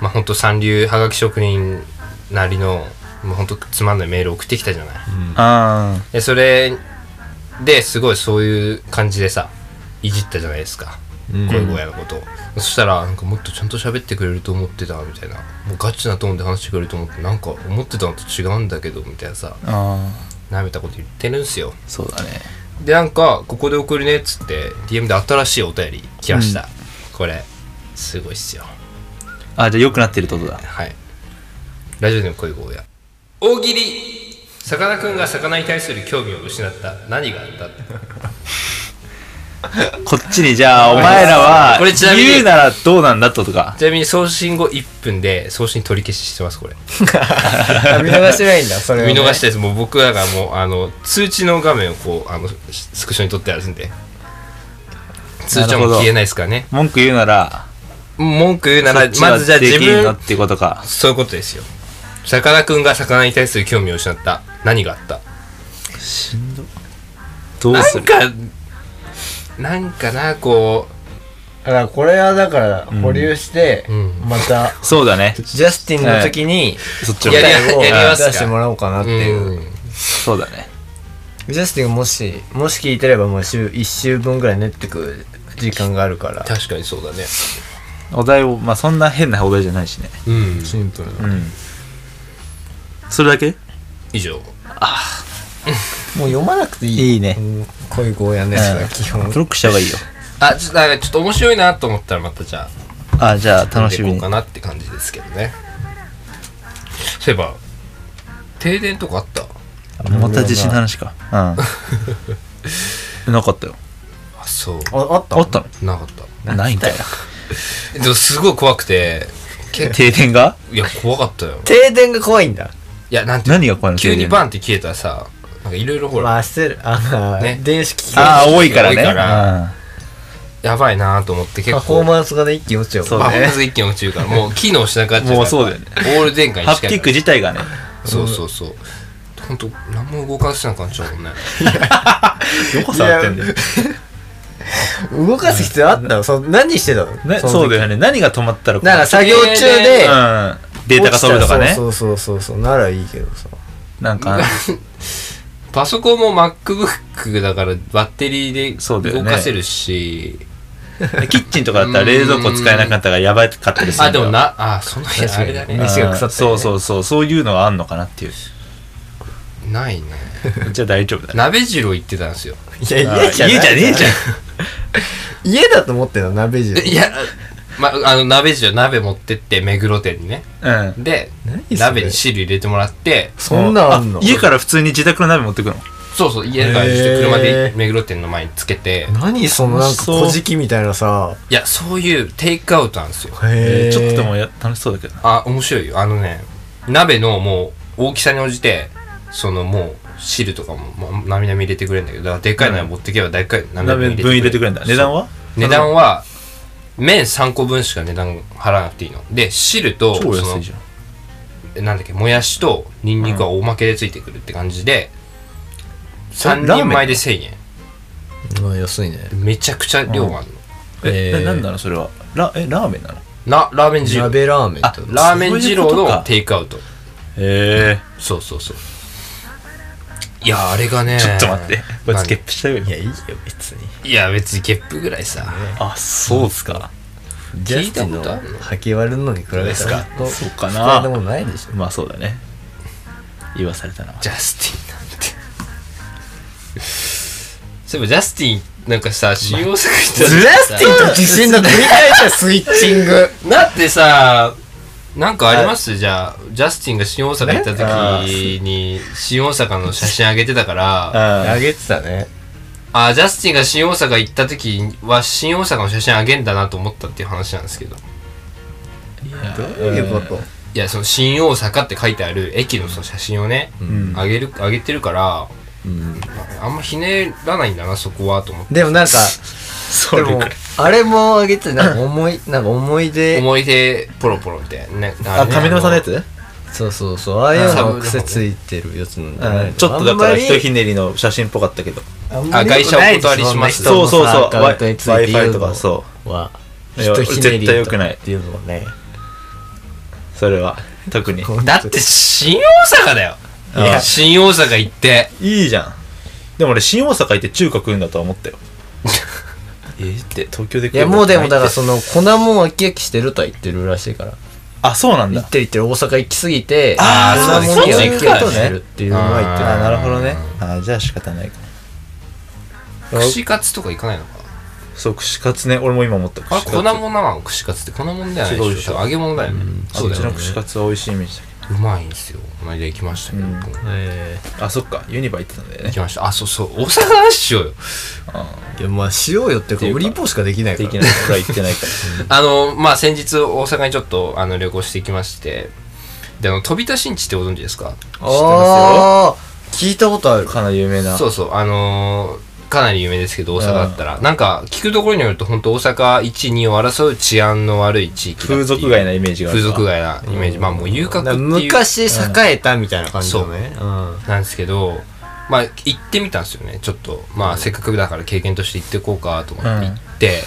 S1: まあ、ほんと三流はがき職人なりのもうほんとつまんないメール送ってきたじゃない、
S3: あ
S1: でそれですごいそういう感じでさいじったじゃないですか声小屋のことを、そしたらなんかもっとちゃんと喋ってくれると思ってたみたいなもうガチなトーンで話してくれると思ってなんか思ってたのと違うんだけどみたいなさ
S3: ああ
S1: なめたこと言ってるんすよ
S3: あそうだね
S1: でなんかここで送るねっつって DM で新しいお便り来ました、これすごいっすよ
S3: あじゃあ良くなってるってことだ
S1: はいラジオでも恋小屋大喜利さかなクンが魚に対する興味を失った何があった
S3: こっちにじゃあお前らは
S1: これちなみに
S3: 言うならどうなんだったとか
S1: ちなみに送信後1分で送信取り消ししてますこれ
S2: あ見逃してないんだそれはね、
S1: 見逃したやつもう僕らがもうあの通知の画面をこうあのスクショに撮ってあるんで通知はもう消えないですからね
S3: 文句言うなら
S1: 文句言うな
S3: そ
S1: ら
S3: っちは
S1: まずじゃあ
S3: で
S1: 自
S3: きんの
S1: 分
S3: ってことか
S1: そういうことですよさかなクンが魚に対する興味を失った何があった
S3: どう
S1: な
S3: す
S1: ん
S3: る
S1: かなんかなこ
S2: だからこれはだから保留して、
S1: ん
S2: また
S3: そうだね
S2: ジャスティンの時に
S3: そっちの
S1: やり
S2: 答えを
S1: やりますか
S2: 出してもらおうかなっ
S1: う、
S2: てい
S1: う
S2: う、
S1: ん
S3: そうだね
S2: ジャスティンがもしもし聞いてればもう週1週分ぐらい練ってく時間があるから
S1: 確かにそうだね
S3: お題をまあそんな変なお題じゃないしね
S1: うん
S2: シンプルな
S3: うんそれだけ
S1: 以上
S2: もう読まなくていい
S3: いいね
S2: うんこういうゴーヤンですから、
S3: うん
S2: 基本
S3: ブロックした方がいいよ
S1: あちょっとなんかちょっと面白いなと思ったらまたじゃあ
S3: あじゃあ楽し
S1: 読
S3: み
S1: んでいこう
S3: に
S1: かなって感じですけどねそういえば停電とかあった
S3: また地震の話か うんなかったよ
S1: あそう
S2: ああった
S3: あった
S1: なかった
S3: のないんだよ
S1: でもすごい怖くてけ
S3: 停電が
S1: いや怖かったよ
S2: 停電が怖いんだ
S1: いやなんていうの
S3: 何が怖いの
S1: 急に
S3: 停電
S1: バンって消えたらさなんかいろいろほら、
S2: まあ焦るあまあ、
S1: ね
S2: 電子機器
S3: ああ多いから
S1: 多いか
S3: ね
S1: やばいなと思って結
S2: パ
S1: 構
S2: フォーマンスがね一気に落ちちゃうか
S3: そう
S2: ら
S1: パ
S3: ね
S1: フォーマンス一気に落ちるからもう機能しなくなっちゃから
S3: もうそうだよね
S1: オール電化
S3: うん
S1: に
S3: ハプ
S1: 近
S3: ティ
S1: い
S3: ッ
S1: か
S3: ク
S1: ら
S3: 自体がね
S1: そうそうそう本当何も動かせなくなっちゃうもんね
S3: どこ触ってんだよ
S2: 動かす必要あったのそう何してたの
S3: ね
S2: の時
S3: そうだよね何が止まったらこう
S2: なら作業中で、
S3: うんデータが飛ぶとかね
S2: そうそうそうそうそうならいいけどさ
S3: なん か
S1: パソコンも MacBook だからバッテリ
S3: そう
S1: ー
S3: だ
S1: で
S3: よね
S1: 動かせるし、
S3: キッチンとかだったら冷蔵庫使えなくなったからやばかったりする
S1: あ
S3: ん
S1: で
S3: だよ
S1: もなあその日あれだ
S3: うん
S1: ね
S2: 飯が腐ったりね
S3: そうそうそうそういうのがあんのかなっていう
S1: ないね
S3: じゃあ大丈夫だね
S1: 鍋汁を言ってたんですよ
S2: いや家じゃない
S3: 家じゃねえじゃん
S2: 家だと思ってんの鍋汁
S1: い やまあの鍋汁鍋持ってって目黒店にね
S3: うん
S1: で
S2: 何それ
S1: 鍋に汁入れてもらって
S2: そんなんあんの
S3: 家から普通に自宅の鍋持ってくの
S1: そうそう家からちょっと車
S2: へ
S1: で
S2: ー
S1: 目黒店の前につけて
S2: 何そのなんか
S3: そう
S2: 小じきみたいなさ
S1: いやそういうテイクアウトなんですよ
S2: へえ
S3: えーちょっとでもや楽しそうだけどな
S1: あ面白いよあのね鍋のもう大きさに応じてそのもう汁とかも、まあ、なみなみ入れてくれるんだけどだからでっかい鍋持ってけばでっかいなみなみ
S3: 鍋分入れてくれるんだ値段
S1: は
S3: は
S1: 値段は麺3個分しか値段払わなくていいので汁と
S3: 超
S1: そ
S3: 安
S1: の
S3: いじゃん
S1: えなんだっけもやしとニンニクはおまけでついてくるって感じで、3
S3: ラーメ
S1: 人
S3: ン
S1: 前で1000円
S2: まあ安いね
S1: めちゃくちゃ量があるの、
S3: え
S2: えー
S3: ななんなのそれはラえラーメンなの
S1: なラーメン二郎
S2: 鍋ラーメン
S3: あ
S2: と
S1: ラーメン二郎
S3: そういうこと
S1: の
S3: か
S1: テイクアウト
S3: へえ
S1: そうそうそういやあれがね
S3: ちょっと待ってこれスケッ
S1: 何
S3: プしちゃうよ
S2: いやいいよ別に
S1: いや別にゲップぐらいさ、
S3: あそうっすか
S2: ジャスティン
S1: 聞い
S2: の
S1: たことある
S2: 吐き割るのに比べたら
S1: ですか
S2: ほんと
S3: そうか
S2: 比
S3: な
S2: べでもないでしょ
S3: まあそうだね言わされたな
S1: ジャスティンなんてそういえばジャスティンなんかさ使用作品
S2: ジャスティンと地震の繰り返したスイッチング
S1: だってさなんかありますじゃあジャスティンが新大阪行った時に新大阪の写真あげてたから
S2: あ
S3: う
S2: げてたね
S1: あジャスティンが新大阪行った時は新大阪の写真あげんだなと思ったっていう話なんですけど
S2: どういうこと
S1: いやその新大阪って書いてある駅のその写真をね
S3: ん
S1: あげるあげてるから
S2: うん
S1: あんまひねらないんだなそこはと思って
S2: でも なんか
S3: そ
S2: で
S3: れく
S2: も
S3: らい
S2: あれもあげてたなんか思いなんか思い出
S1: 思い出ポロポロみたいなね
S3: あ上沼さんのやつ
S2: そうそうそうああいうのが癖ついてるやつなんじゃないの
S3: ちょっとだからひとひ
S2: ね
S3: ねりの写真っぽかったけど
S1: あ外車お断りします
S3: そうそうそう
S2: アカウントについて言
S3: Wi-Fi
S2: う
S3: とか
S2: の
S3: そ
S2: は
S3: ういや
S2: ひとひねり
S3: 絶対良くない
S2: っていうのはね
S3: うそれは特に
S1: だって新大阪 だよ
S3: いや
S1: 新大阪行って
S3: いいじゃんでも俺新大阪行って中華食うんだとは思ったよえーって東京で食
S2: いやもうでもだから
S3: う
S2: その粉もん飽き飽きしてるとは言ってるらしいから
S3: あそうなん
S2: 行
S3: だ
S2: ってる行ってる大阪行きすぎて
S3: あ
S1: ー
S2: 粉
S1: そう
S2: もんに
S1: そう
S2: 飽
S1: いう
S2: き
S1: ことね
S2: 飽きしてるっていうのは言って
S3: あ
S2: た
S3: なるほどねあーじゃあ仕方ないか
S1: 串カツとか行かないのかな
S3: そう串カツね俺も今思った
S1: あれ
S3: 串カツ
S1: 粉もんなの串カツって粉もんではない
S3: 違う
S1: で
S3: でし
S1: し
S3: ょ
S1: ょ揚げ物だよね
S3: あっち
S1: よ
S3: の串カツは美味しいイメージだけ
S1: う
S3: ど
S1: まいんですよこの間行きましたけど、
S3: うん
S1: 僕も
S2: え
S3: あそっかユニバ行ってたんだよ
S1: 行
S3: ね
S1: きましたあそうそう大阪の話しようよ
S2: えいやまあしようよっていう
S3: てい
S2: か
S3: うか
S2: 売りポしかできないか
S3: で
S2: ら
S3: きないから行ってないから
S1: あのまあ先日大阪にちょっとあの旅行してきましてであの飛田新地ってご存知ですか
S2: ああ聞いたこと ある
S3: かなり有名な
S1: そうそうあのーかなり有名ですけど大阪だったら、なんか聞くところによると本当大阪12を争う治安の悪い地域だっていう
S3: 風俗街なイメージがあ
S1: 風
S3: る
S1: 俗街なイメージ、まあもう遊郭って
S2: だから
S1: いう
S2: 昔栄えたみたいな感じだねうん
S1: なんですけどまあ行ってみたんですよねちょっとまあせっかくだから経験として行ってこうかと思って行って、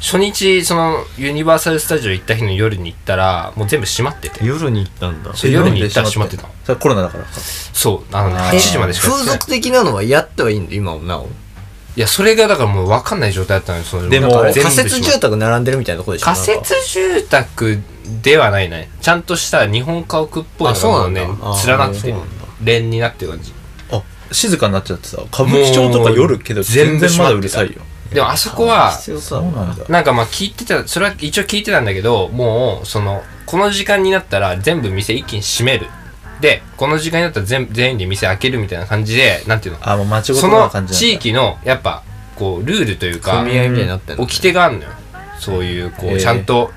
S1: 初日そのユニバーサル・スタジオ行った日の夜に行ったらもう全部閉まってて
S2: 夜に行ったんだ
S1: そう夜に行ったら閉まってたの
S3: それコロナだからか
S1: そうあのね
S3: あー
S1: 8時までしかやっ
S2: 風
S1: てない
S2: 俗的なのはやってはいいんだ今もなお
S1: いやそれがだからもう分かんない状態だったのよその
S3: でも
S1: だから
S2: 仮
S1: 全部
S2: 設
S1: 閉まっ
S2: 住宅並んでるみたいなとこでしょ
S1: 仮設住宅ではないねちゃんとした日本家屋っぽい
S2: あ
S1: の
S2: そう
S1: がも
S2: な
S1: うん
S2: だ
S1: ね
S2: あー
S1: 連なってる
S2: そうなんだ
S1: 連になってる感じ
S3: あ静かになっちゃってさ歌舞伎町とか夜けど全然まだうるさいよ
S1: でもあそこは
S2: 必要さ
S3: そうなんだ
S1: なんかまあ聞いてたそれは一応聞いてたんだけどもうそのこの時間になったら全部店一気に閉めるでこの時間になったら全全員で店開けるみたいな感じでなんていうの
S3: あもう間違
S1: そ
S3: な
S1: の
S3: 感じなんだ
S1: 地域のやっぱこうルールというか
S2: 組合みたいになってんの
S1: 掟があるのよそういうこう、
S3: へえ
S1: ちゃんと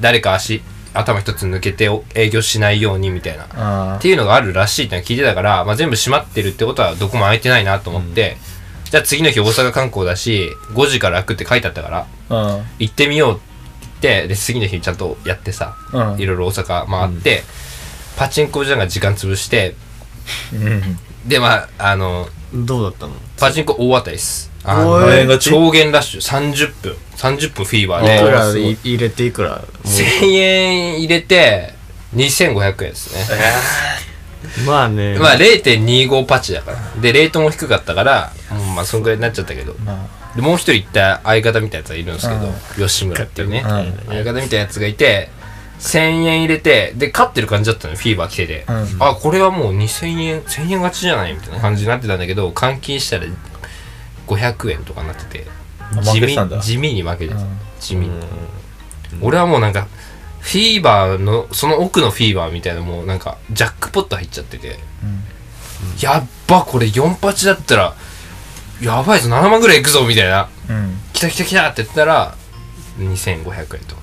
S1: 誰か足頭一つ抜けてお営業しないようにみたいなっ
S3: あ
S1: ていうのがあるらしいってのは聞いてたから、まあ、全部閉まってるってことはどこも開いてないなと思って、じゃあ次の日大阪観光だし5時から開くって書いてあったから
S3: あうん
S1: 行ってみようって言ってで次の日ちゃんとやってさ、
S3: うん
S1: いろいろ大阪回って、パチンコじゃんが時間潰して
S3: うん
S1: でまああの
S2: どうだったの
S1: パチンコ大当たりですあ
S2: おい
S1: の超限ラッシュ30分30分フィーバー
S2: いくら
S1: で
S2: い入れていくら
S1: 1000円入れて2500円ですね、
S2: まあね
S1: まあ0.25パチだからでレートも低かったからもうまあそんぐらいになっちゃったけど
S3: ま
S1: でもう一人行った相方みたいなやつがいるんですけど吉村っていうね
S3: うん
S1: 相方みたいなやつがいて1000円入れてで勝ってる感じだったのよフィーバー来てて、
S3: うん
S1: あこれはもう2000円1000円勝ちじゃないみたいな感じになってたんだけど換金したら500円とかになってて
S3: あ
S1: 地
S3: 負けて
S1: 味
S3: たんだ
S1: 地味に負けてた、
S3: うん
S1: 地味に、俺はもうなんかフィーバーのその奥のフィーバーみたいなもうなんかジャックポット入っちゃってて、やっばこれ4八だったらやばいぞ7万ぐらいいくぞみたいな
S3: うん
S1: 来た来た来たって言ったら2500円と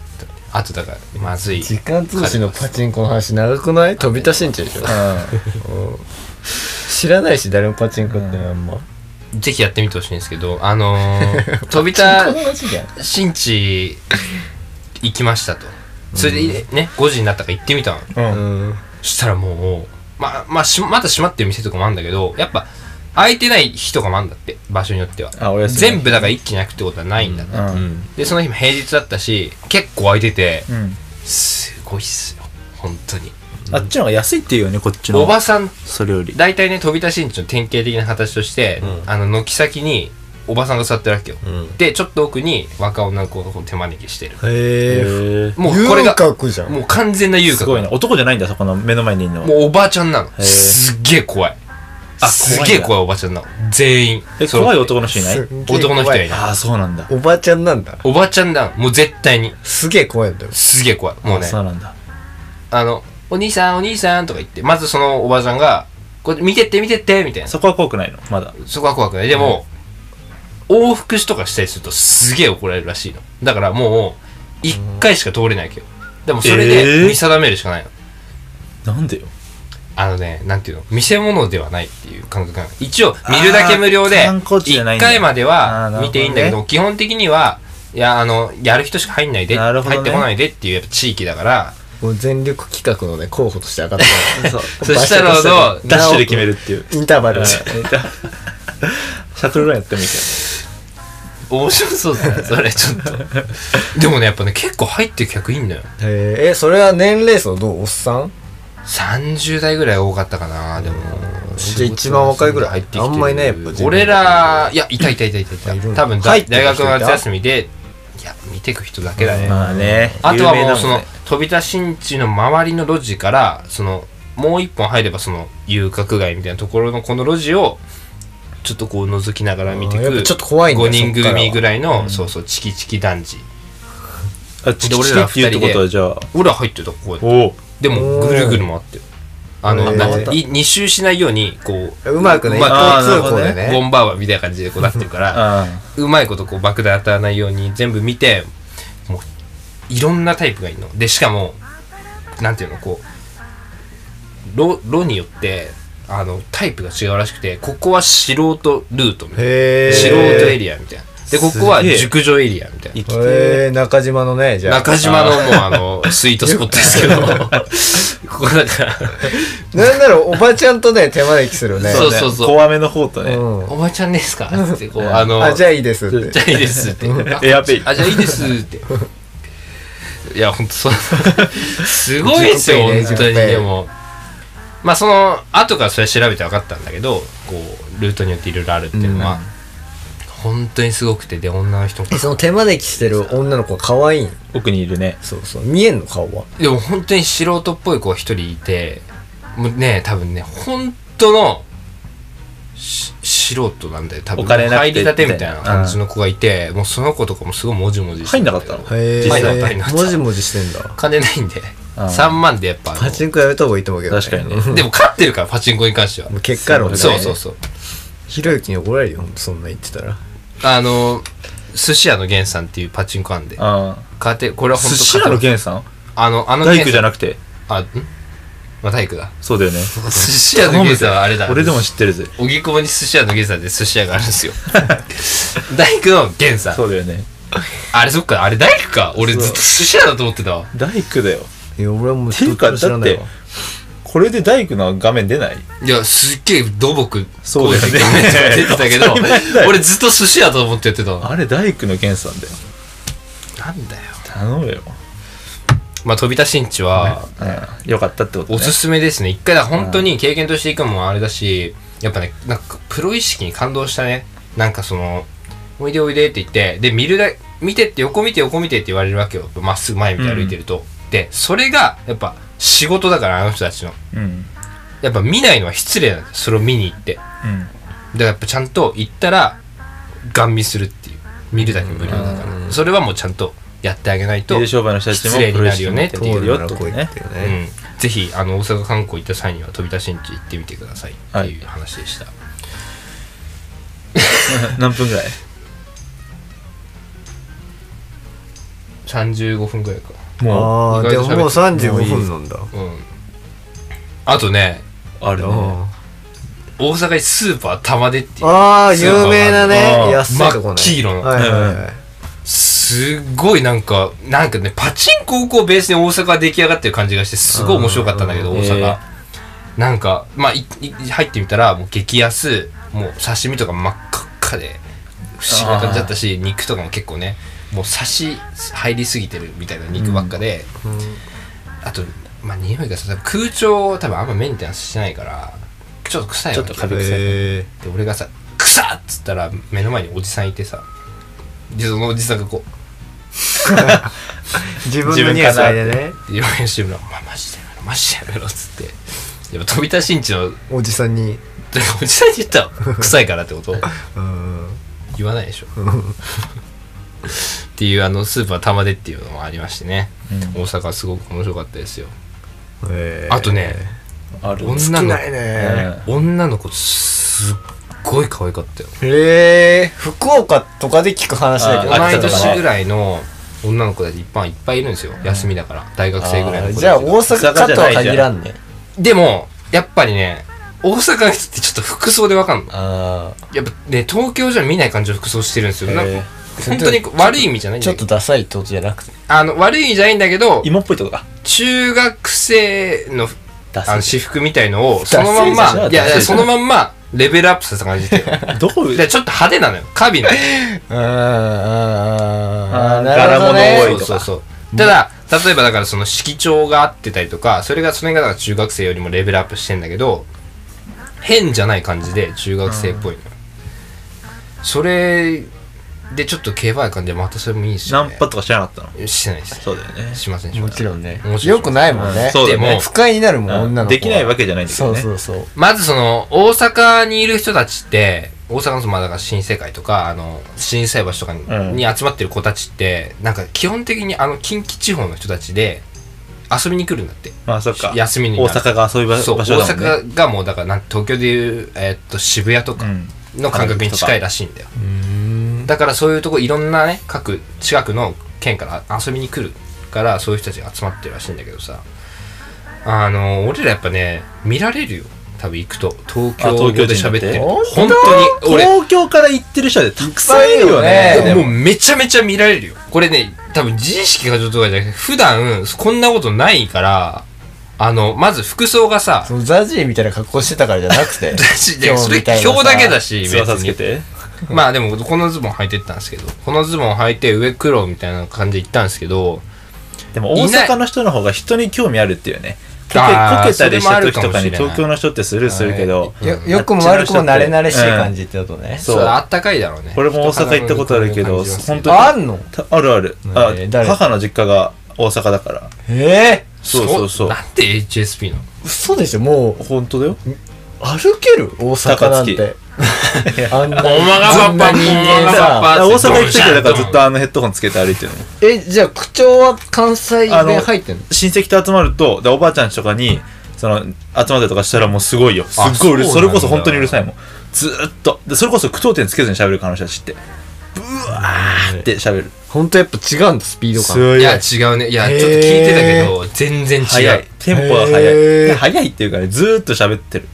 S1: あとだからまずい
S2: 時間通しのパチンコの話長くない飛び出しんちゃうでしょ知らないし誰もパチンコってあんま
S1: ぜひやってみてほしいんですけどあのー、 飛びた新地行きましたとそれでね5時になったから行ってみたの
S3: うんうん
S2: うん
S1: したらもうまあまあしまだ閉まってる店とかもあるんだけどやっぱ空いてない日とかもあるんだって場所によっては
S3: あお休み
S1: 全部だから一気に開くってことはないんだって、
S3: うん
S1: でその日も平日だったし結構空いてて
S3: うん
S1: すごいっすよ本当に
S3: あっちの方が安いっていうよねこっちの
S1: おばさん
S3: それより
S1: 大体ね飛び出しんちの典型的な形として、
S2: うん
S1: あの軒先におばさんが座ってるわけよ、
S2: うん
S1: でちょっと奥に若女の子を手招きしてる
S4: え
S2: へえ
S1: もうこれが
S2: 覚じゃ
S1: もう完全な遊
S3: すごい
S1: 郭
S3: な男じゃないんだそこの目の前にいるのは
S1: もうおばあちゃんなの
S3: ー
S1: すっげえ怖い
S3: あ
S1: すっげえ怖いおばちゃんなの全員
S3: え
S1: そう
S3: 怖い男の人いない
S2: すっげえ
S1: 男の人がいない
S3: ああそうなんだ
S2: おばちゃんなんだ
S1: おばちゃんだもう絶対に
S2: すげえ怖いんだよ
S1: すげえ怖いもうね
S3: そうなんだ
S1: あの「お兄さんお兄さん」とか言ってまずそのおばちゃんが「これ見てって見てって」みたいな
S3: そこは怖くないのまだ
S1: そこは怖くないでも、往復しとかしたりするとすげえ怒られるらしいのだからもう1回しか通れないわけどでもそれ
S3: えー
S1: で見定めるしかないの、
S3: なんでよ
S1: あのねなんていうの見せ物ではないっていう感覚なの一応見るだけ無料で
S3: あー観光地じゃな
S1: 1
S3: いんだ
S1: 回まで
S3: あーな
S1: は
S3: るほどね
S1: 見ていいんだけど基本的にはいやあのやる人しか入んないで、
S3: なるほどね
S1: 入ってこないでっていうやっぱ地域だから
S2: もう全力企画のね候補として上がった
S3: そう
S1: そしたらどう
S3: ダッシュで決めるっていう
S2: インターバル
S3: シャトルランやってもいいけど
S1: 面白そうだ ねそれちょっとでもねやっぱね結構入ってる客いんのよ
S2: ええそれは年齢層どうおっさん
S1: 30代ぐらい多かったかなでも
S2: じゃあ一番若いぐらい入ってきてるあんまいないやっぱ全然
S1: 俺らいやいたいたいたいたい
S2: あいる
S1: た
S2: の
S1: 多分だ
S2: 入ってる
S1: 大
S2: 人い
S1: 学の
S2: た
S1: 夏休みでいや見てく人だけだね
S3: まあね
S1: あとはもう
S3: 有
S1: そ
S3: 名な
S1: の
S3: んね
S1: 飛び出しんちの周りの路地からそのもう一本入ればその遊郭街みたいなところのこの路地をちょっとこう覗きながら見て
S2: あーやっ
S1: く
S2: ぱちょっと怖いんだ
S1: 5人
S2: そっからは
S1: 組ぐらいのそうそうチキチキ男児
S3: あチキチキっていうってことはじゃあ
S1: 俺ら入ってたここで
S3: おお
S1: でもぐるぐる回ってるあの、
S2: へー
S1: なんかい二周しないように、こう、
S2: うまくね、
S1: うま
S2: 一
S1: く
S2: 方
S3: あーな
S2: 通
S3: るほど
S2: 行
S3: ね
S2: で
S1: ボ
S2: ね。
S1: ンバーはみたいな感じでこうなってる から、
S3: う
S1: うまいことこう爆弾当たらないように全部見てもういろんなタイプがいるのでしかもなんていうのこうロロによってあのタイプが違うらしくてここは素人ルートみたいな
S2: へ
S1: 素人エ
S2: リ
S1: リアみたいなでここは
S3: すげえ
S1: 熟女エリアみたいな
S3: きて
S2: へー中島のね、じゃあ。
S1: 中島のもうあのスイートスポットですけどここだから
S2: なんならおばちゃんとね、手招きするね。
S1: そうそうそう
S3: 怖めの方とね、
S2: うん
S1: 「おばちゃんですか?」ってこうあの
S2: あ、じゃあいいですって。
S1: じゃあいいですって。
S3: エアペイ
S1: あ、じゃあいいですっ て。いや、ほんとそう。すごいですよ、
S2: 地獄いいね
S1: 本当に。
S2: 地獄いい
S1: でも。まあ、その、後からそれ調べて分かったんだけど、こう、ルートによっていろいろあるっていうのは、本当にすごくて、で、女の人も
S2: え。その手招きしてる女の子可愛いん
S3: 奥にいるね
S2: そうそう。見えんの顔は。
S1: でも本当に素人っぽい子が一人いて、もうね、多分ね、本当の、し素人なんだよ、多分。
S3: お金なくて
S1: 入りたてみたいな感じの子がいて、もうその子とかもすごいもじもじして
S3: 入ん
S1: て
S3: なかったの
S2: へ
S1: 実際大変だった
S2: もじもじしてんだ。
S1: 金ないんで、
S3: うん
S1: 3万でやっぱあの
S2: パチンコやめた方がいいと思うけど、
S3: 確かにね
S1: でも勝ってるからパチンコに関しては
S2: もう結果論だね
S1: そうそうそう
S2: ひろゆきに怒られるよ、ほんとそんな言ってたら。
S1: あの寿司屋の源さんっていうパチンコあんで
S3: あ
S1: 勝てこれは本当
S3: 寿司屋の
S1: 源
S3: 源さん
S1: あのあの
S3: 大工じゃ
S1: な
S3: なくて
S1: あんまあ体育だ
S3: そうだよね
S1: 寿司屋の源さんはあれだ
S3: 俺でも知ってるぜ
S1: 荻窪に寿司屋の源さんで寿司屋があるん ですよ大工の源さん
S3: そうだよね
S1: あれそっかあれ大工か俺ずっと寿司屋だと思ってたわ
S3: 大工だよ
S2: いや、俺はもう
S3: てい
S2: ど
S3: う
S2: っ
S3: か
S2: ちも知らないわ
S3: だっ。これで大工の画面出ない
S1: いやすっげえ土木
S3: そうだよね
S1: 出てたけど
S3: 当たり前だよ
S1: 俺ずっと寿司屋と思ってやってたわ
S3: あれ大工の源さんだよ
S1: なんだよ
S3: 頼むよ
S1: まあ飛び出しんちは
S3: うんよかったってこと
S1: お
S3: ね
S1: すすめですね。一回だ、本当に経験としていくのもあれだし、やっぱね、なんかプロ意識に感動したね。なんかその、おいでおいでって言って、で、見るだ、見てって横見て横見てって言われるわけよ。まっすぐ前見て歩いてると。で、それが、やっぱ仕事だから、あの人たちの。
S3: うん
S1: やっぱ見ないのは失礼なんだよ。それを見に行って。だか
S3: うん
S1: らやっぱちゃんと行ったら、ガン見するっていう。見るだけ無料だから。それはもうちゃんもやってあげないと。
S3: 家で商売の人たちも
S1: 失礼になるよね
S3: プ
S1: っ
S3: ロ
S1: てい
S3: 意識
S1: う
S3: 持ってるよってことね
S2: よ
S1: う。ん、ぜひあの大阪観光行った際には飛び出しんち行ってみてくださいっていう話でした、
S3: 何分ぐらい
S1: 35分ぐらいか
S3: も
S2: ああ、
S1: 意
S2: で
S1: 外と喋
S2: も
S1: って
S2: もう35分なんだ。
S1: うんあとね
S3: うあるね
S2: あ
S1: 大阪にスーパー玉出っていう
S2: あー、有名な
S3: あー
S2: ね、安いと
S1: 真っ
S2: こね。
S1: 黄色の
S2: はいはいはい。
S1: すっごいなんかなんかねパチンコをこうベースに大阪が出来上がってる感じがしてすごい面白かったんだけど
S3: うん
S1: 大阪、
S3: へー
S1: なんかまあいい入ってみたらもう激安もう刺身とか真っ赤っかで不思議な感じだったし肉とかも結構ねもう刺し入りすぎてるみたいな肉ばっかで、あとまあ匂いがさ多分空調を多分あんまメンテナンスしてないからちょっと臭いわけ
S3: ちょっとカビ臭い
S2: へ
S1: で俺がさ「臭っ!」っつったら目の前におじさんいてさでそのおじさんがこう
S2: ー自分の匂いさいでね、
S1: いろいろしてるの、まあ、マジでやめろマジでやめろっつってやっぱ飛び出しんちの
S2: おじさんに。
S1: でもおじさんに言ったら臭いからってこと
S2: うん。
S1: 言わないでしょっていうあのスーパー玉出っていうのもありましてね、大阪すごく面白かったですよ、
S2: えー
S1: あとね
S3: ある
S2: 尽
S1: 女
S2: き
S1: の
S2: ないね。
S1: 女の子すっごい可愛かったよ
S2: へえ、福岡とかで聞く話だけど
S3: あ
S1: 同
S3: ー
S1: い
S3: 秋田とかね
S1: 年ぐらいの女の子たちいっぱいいっぱいいるんですよ休みだから大学生ぐらいの子たちが
S2: じゃあ大阪かとは限らんね。
S1: でもやっぱりね大阪の人ってちょっと服装でわかんの
S2: あ
S1: やっぱね東京じゃ見ない感じの服装してるんですよ、なん
S2: へ
S1: か本当に悪い意味じゃない
S2: あ
S1: ん
S2: ちょ
S1: だ
S2: っ
S1: けど
S2: とダサいってことじゃなくて。
S1: あの悪い意味じゃないんだけど
S3: 芋っぽいとこか
S1: 中学生の
S3: 出
S1: あの
S3: す
S1: 私服みたいのをそのまん
S3: ダセーじ
S1: ま
S3: ゃん
S1: いやい
S3: ダセー
S1: や
S3: じ
S1: そ
S3: ゃん
S1: のまんまレベルアップさせた感じ でで
S3: どう
S1: ちょっと派手なのよカビの
S2: うん、うん、うん。
S3: ー
S2: あーなるほど
S3: 柄物多
S2: ね
S3: い。とか
S1: そうそうそうただ例えばだからその色調が合ってたりとかそれがそれがだから中学生よりもレベルアップしてんだけど変じゃない感じで中学生っぽいのよ、それでちょっと競馬や感じでまたそれもいいし、ね、
S3: ナンパとかしなかったの
S1: してないです
S3: そうだよね
S1: しません
S2: もちろんね
S1: 面。白い
S2: よくないもんね。
S3: そう
S1: だね
S2: でも不快になるもん、
S3: うん
S2: 女の子は。
S3: できないわけじゃないんだけ
S2: そ
S3: ど
S2: う
S3: ね
S2: そうそう。
S1: まずその大阪にいる人たちって大阪のそのまあだから新世界とかあの新斎橋とかに,、
S3: うん
S1: に集まってる子たちってなんか基本的にあの近畿地方の人たちで遊びに来るんだって
S3: まあそっか
S1: 休みにな
S3: 大
S1: る
S3: 阪が遊び場
S1: そう
S3: 場
S1: 大
S3: 所だもんね
S1: 阪がもうだからなん東京でいう、えーっと渋谷とかの感覚に近いらしいんだよ、だからそういうとこいろんなね各近くの県から遊びに来るからそういう人たちが集まってるらしいんだけどさあの俺らやっぱね見られるよ多分行くと東京
S3: あ東京
S1: 語
S3: 人
S1: で喋ってる
S3: 本
S1: 本当に俺
S3: 東京から行ってる人でたくさんいるよね
S1: でももうめちゃめちゃ見られるよこれね多分自意識が上とかじゃなくて普段こんなことないからあのまず服装がさ
S2: そのザジーみたいな格好してたからじゃなくて
S1: 私ね
S2: 今
S1: そ
S2: 日
S1: れ
S2: みたいなさ
S1: 表だけだし別
S3: 翼つけ
S1: に
S3: て
S1: まあでもこのズボン履いてったんですけどこのズボン履いて上黒みたいな感じで行ったんですけど
S3: でも大阪の人の方が人に興味あるっていうねこけこ
S1: あー
S3: けたりした時
S1: それ
S3: と
S1: もあ
S3: か
S1: るかもしれ
S3: に
S1: ない
S3: 東京の人ってスルーするけど
S2: よよくも悪くも慣れ慣れしい感じってことね、
S3: そ
S1: そううあったかいだろうね
S3: 俺も大阪行ったことあるけど
S1: 人肌のぬくもりを感じます
S2: あん
S3: 本当に
S2: の
S3: たあるあるあ
S2: えー誰
S3: 母の実家が大阪だから
S2: ええ
S3: そうそうそう
S1: なんで HSP なの
S2: 嘘でしょもう
S3: 本当だよ
S2: 歩ける大阪なんて あんな
S1: おまが
S2: あ
S1: ば
S2: ん
S1: っ
S2: な
S1: ぱ
S2: 人間さ
S3: 大
S1: あ
S3: 阪行
S1: そう
S3: く時はだからずっとあのヘッドホンつけて歩いてるの
S2: えじゃあ口調は関西弁入ってんの
S3: 親戚と集まるとでおばあちゃんちとかにその集まったりとかしたらもうすごいよすっ
S1: あ
S3: ごいうる
S1: そう
S3: それこそ本当にうるさいもんずーっとでそれこそ句読点つけずに喋る彼女たちってブワーって喋る
S2: 本当やっぱ違うんだスピード感
S3: ご
S1: いや違うねいやちょっと聞いてたけど全然違う
S3: 早いテンポが
S2: へ
S3: 早
S2: ー
S3: いで早いっていうかねずーっと喋ってる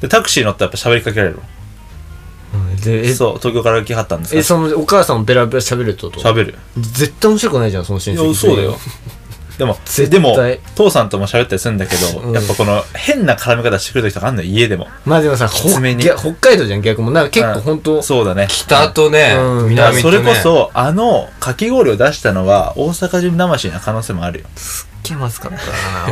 S3: でタクシー乗ったらやっぱ喋りかけられるの
S2: でえ
S3: そう東京から来はったんです
S2: え
S3: か
S2: そのお母さんもベラベラ喋るってこと
S3: 喋る
S2: 絶対面白くないじゃんその親
S3: い
S2: 戚
S3: やそうだよでも
S2: 絶対
S3: でも父さんとも喋ったりするんだけど、
S2: うん
S3: やっぱこの変な絡み方してくる時とかあんの家でも
S2: まあでもさほ
S3: きつめに
S2: いや北海道じゃん逆もなんか結構本当
S3: そうだね
S1: 北とね
S2: うん
S3: だから
S1: 南と
S3: そ
S1: ね
S3: れこそあのかき氷を出したのは大阪人魂な可能性もあるよ
S2: けますかった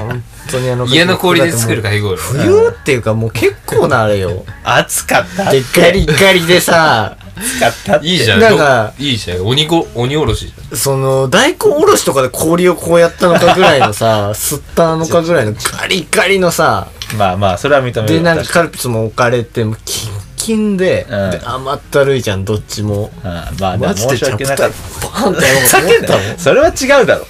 S2: な本当にあ の
S1: 家の氷で作るかき氷
S2: 冬っていうかもう結構なあれ よ
S3: 暑かった
S2: でガリガリでさ
S3: 暑かった
S1: いいじゃん
S2: なんか
S1: いいじゃん鬼ご鬼おろしじゃん
S2: その大根おろしとかで氷をこうやったのかぐらいの さ吸ったのかぐらいのガリガリのさ
S3: まあまあそれは認める
S2: でなんか
S3: 確
S2: カルピスも置かれてもうキンキンで,、
S3: うん
S2: で甘ったるいじゃんどっちも
S3: かにうんまあで
S2: マ
S3: も
S2: ジで
S3: 申
S2: ち
S3: し
S2: ゃんと
S3: 訳
S2: バ
S3: なかっ
S2: ーンってやろうと
S3: たふざけ
S2: 思
S3: ん
S2: っ
S3: な
S2: た
S3: よそれは違 うだろ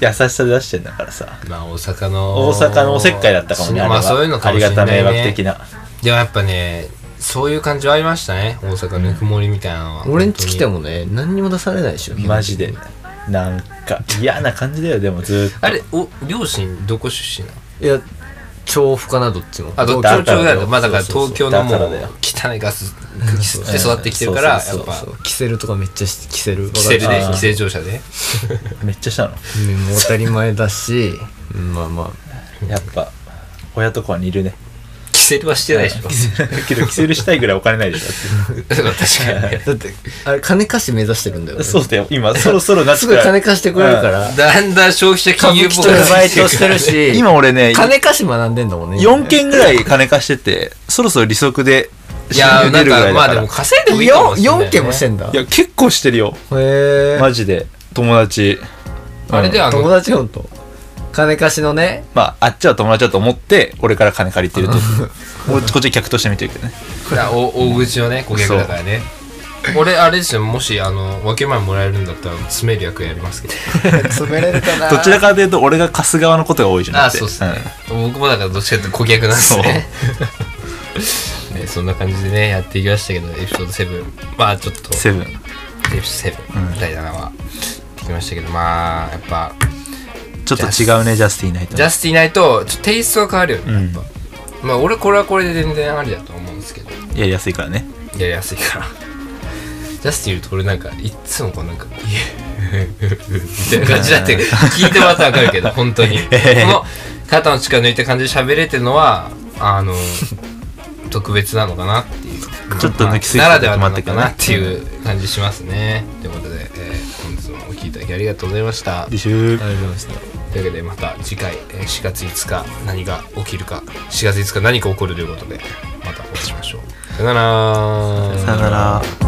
S3: 優しさで出してんだからさ
S1: まあ大阪の
S3: 大阪のおせっかいだったかもね
S1: ま
S3: あ
S1: あ
S3: れは
S1: そういうのか
S3: あ
S1: も
S3: り
S1: しれ
S3: が
S1: な
S3: た
S1: い、ね、
S3: 迷惑的な
S1: でもやっぱねそういう感じはありましたね大阪ぬくもりみたいなのは
S2: もん俺んち来てもね何にも出されないでしょ
S3: マジでなんか嫌な感じだよでもずっと
S1: あれお両親どこ出身なの
S2: いや調布かなどっちも
S1: あどっち
S3: だ
S1: も
S3: から
S1: 東京だよ
S3: だから
S1: まあだから
S3: そうそう
S1: 東京のも
S3: だから
S1: う
S3: だよ
S1: 汚いガス吸って育ってきてるからや
S3: そう
S1: っ
S3: そう
S1: ぱ
S2: そうキセルとかめっちゃしキセル
S1: キセル
S2: わか
S1: で
S2: る
S1: キセル乗車で
S3: めっちゃしたの
S2: ねもう当たり前だしうんまあまあ
S3: やっぱ親と子は似るね
S1: キセルはしてないでしょ
S3: けどキセルしたいぐらいお金ないでしょだ って
S1: 確かにね
S2: だってあれ金貸し目指してるんだよ俺
S3: そうだよ、今、そろそろなって
S2: す
S3: く
S2: ぐ
S3: る
S2: 金貸してくれるから
S1: だんだん消費者金
S2: 歌舞
S1: 融
S2: 伎
S1: っ
S2: 町
S1: ぽ
S2: で
S1: く
S2: バ
S1: な
S2: イ
S1: ってきてる
S2: トしてるし
S3: 今俺ね、
S2: 金貸し学んでんだもんね
S3: 4件ぐらい金貸してて、そろそろ利息で、
S1: いやなんかまあでも
S3: か
S1: 稼いでもいいかもしれない、ね、
S2: 4件もしてんだ
S3: らい
S2: へ
S3: や、結構してるよ。
S2: え
S3: マジで。友達。
S1: あれであの
S2: 友達ほんと金貸しのね
S3: まあ、あっちは友達だと思って、俺から金借りてると。こっちこっち客として見てるけどね。
S1: いやお大口のね顧客だからね俺あれですよもしあの分け前もらえるんだったら詰める役やり ますけど
S2: 詰めれるかな
S3: どちらかというと、俺が貸す側のことが多いじゃな
S1: あ
S3: くて。
S1: そうっすね、僕もだからどっちかというと顧客なんですね ねそんな感じでねやっていきましたけどエピソード7まあちょっと
S3: うんセブン。
S1: エピソード7第7話できましたけどまあやっぱ
S3: ちょっと違うね、ジャスティンナイト。
S1: ジャスティンないとちょっとテイストが変わるよね、
S3: うん
S1: やっぱまあ俺これはこれで全然ありだと思うんですけど
S3: やりやすいからね。
S1: やりやすいからジャスティンいると俺なんかいっつもこうなんか「いえみたいな感じだって聞いてもらったら分かる けど本当にこの肩の力抜いた感じで喋れてるのはあの特別なのかなっていう
S3: ちょっと抜きすぎ
S1: な
S3: た
S1: ら
S3: と
S1: で
S3: こ
S1: は
S3: もあ
S1: な
S3: った
S1: の
S3: け
S1: か
S3: どね
S1: なっていう感じしますねということで、えー本日もお聞きいただきありがとうございました
S3: でしゅ
S2: ありがとうございました
S1: というわけでまた次回えー4月5日何が起きるか4月5日何か起こるということでまたお会いしましょうさよなら
S3: さよなら。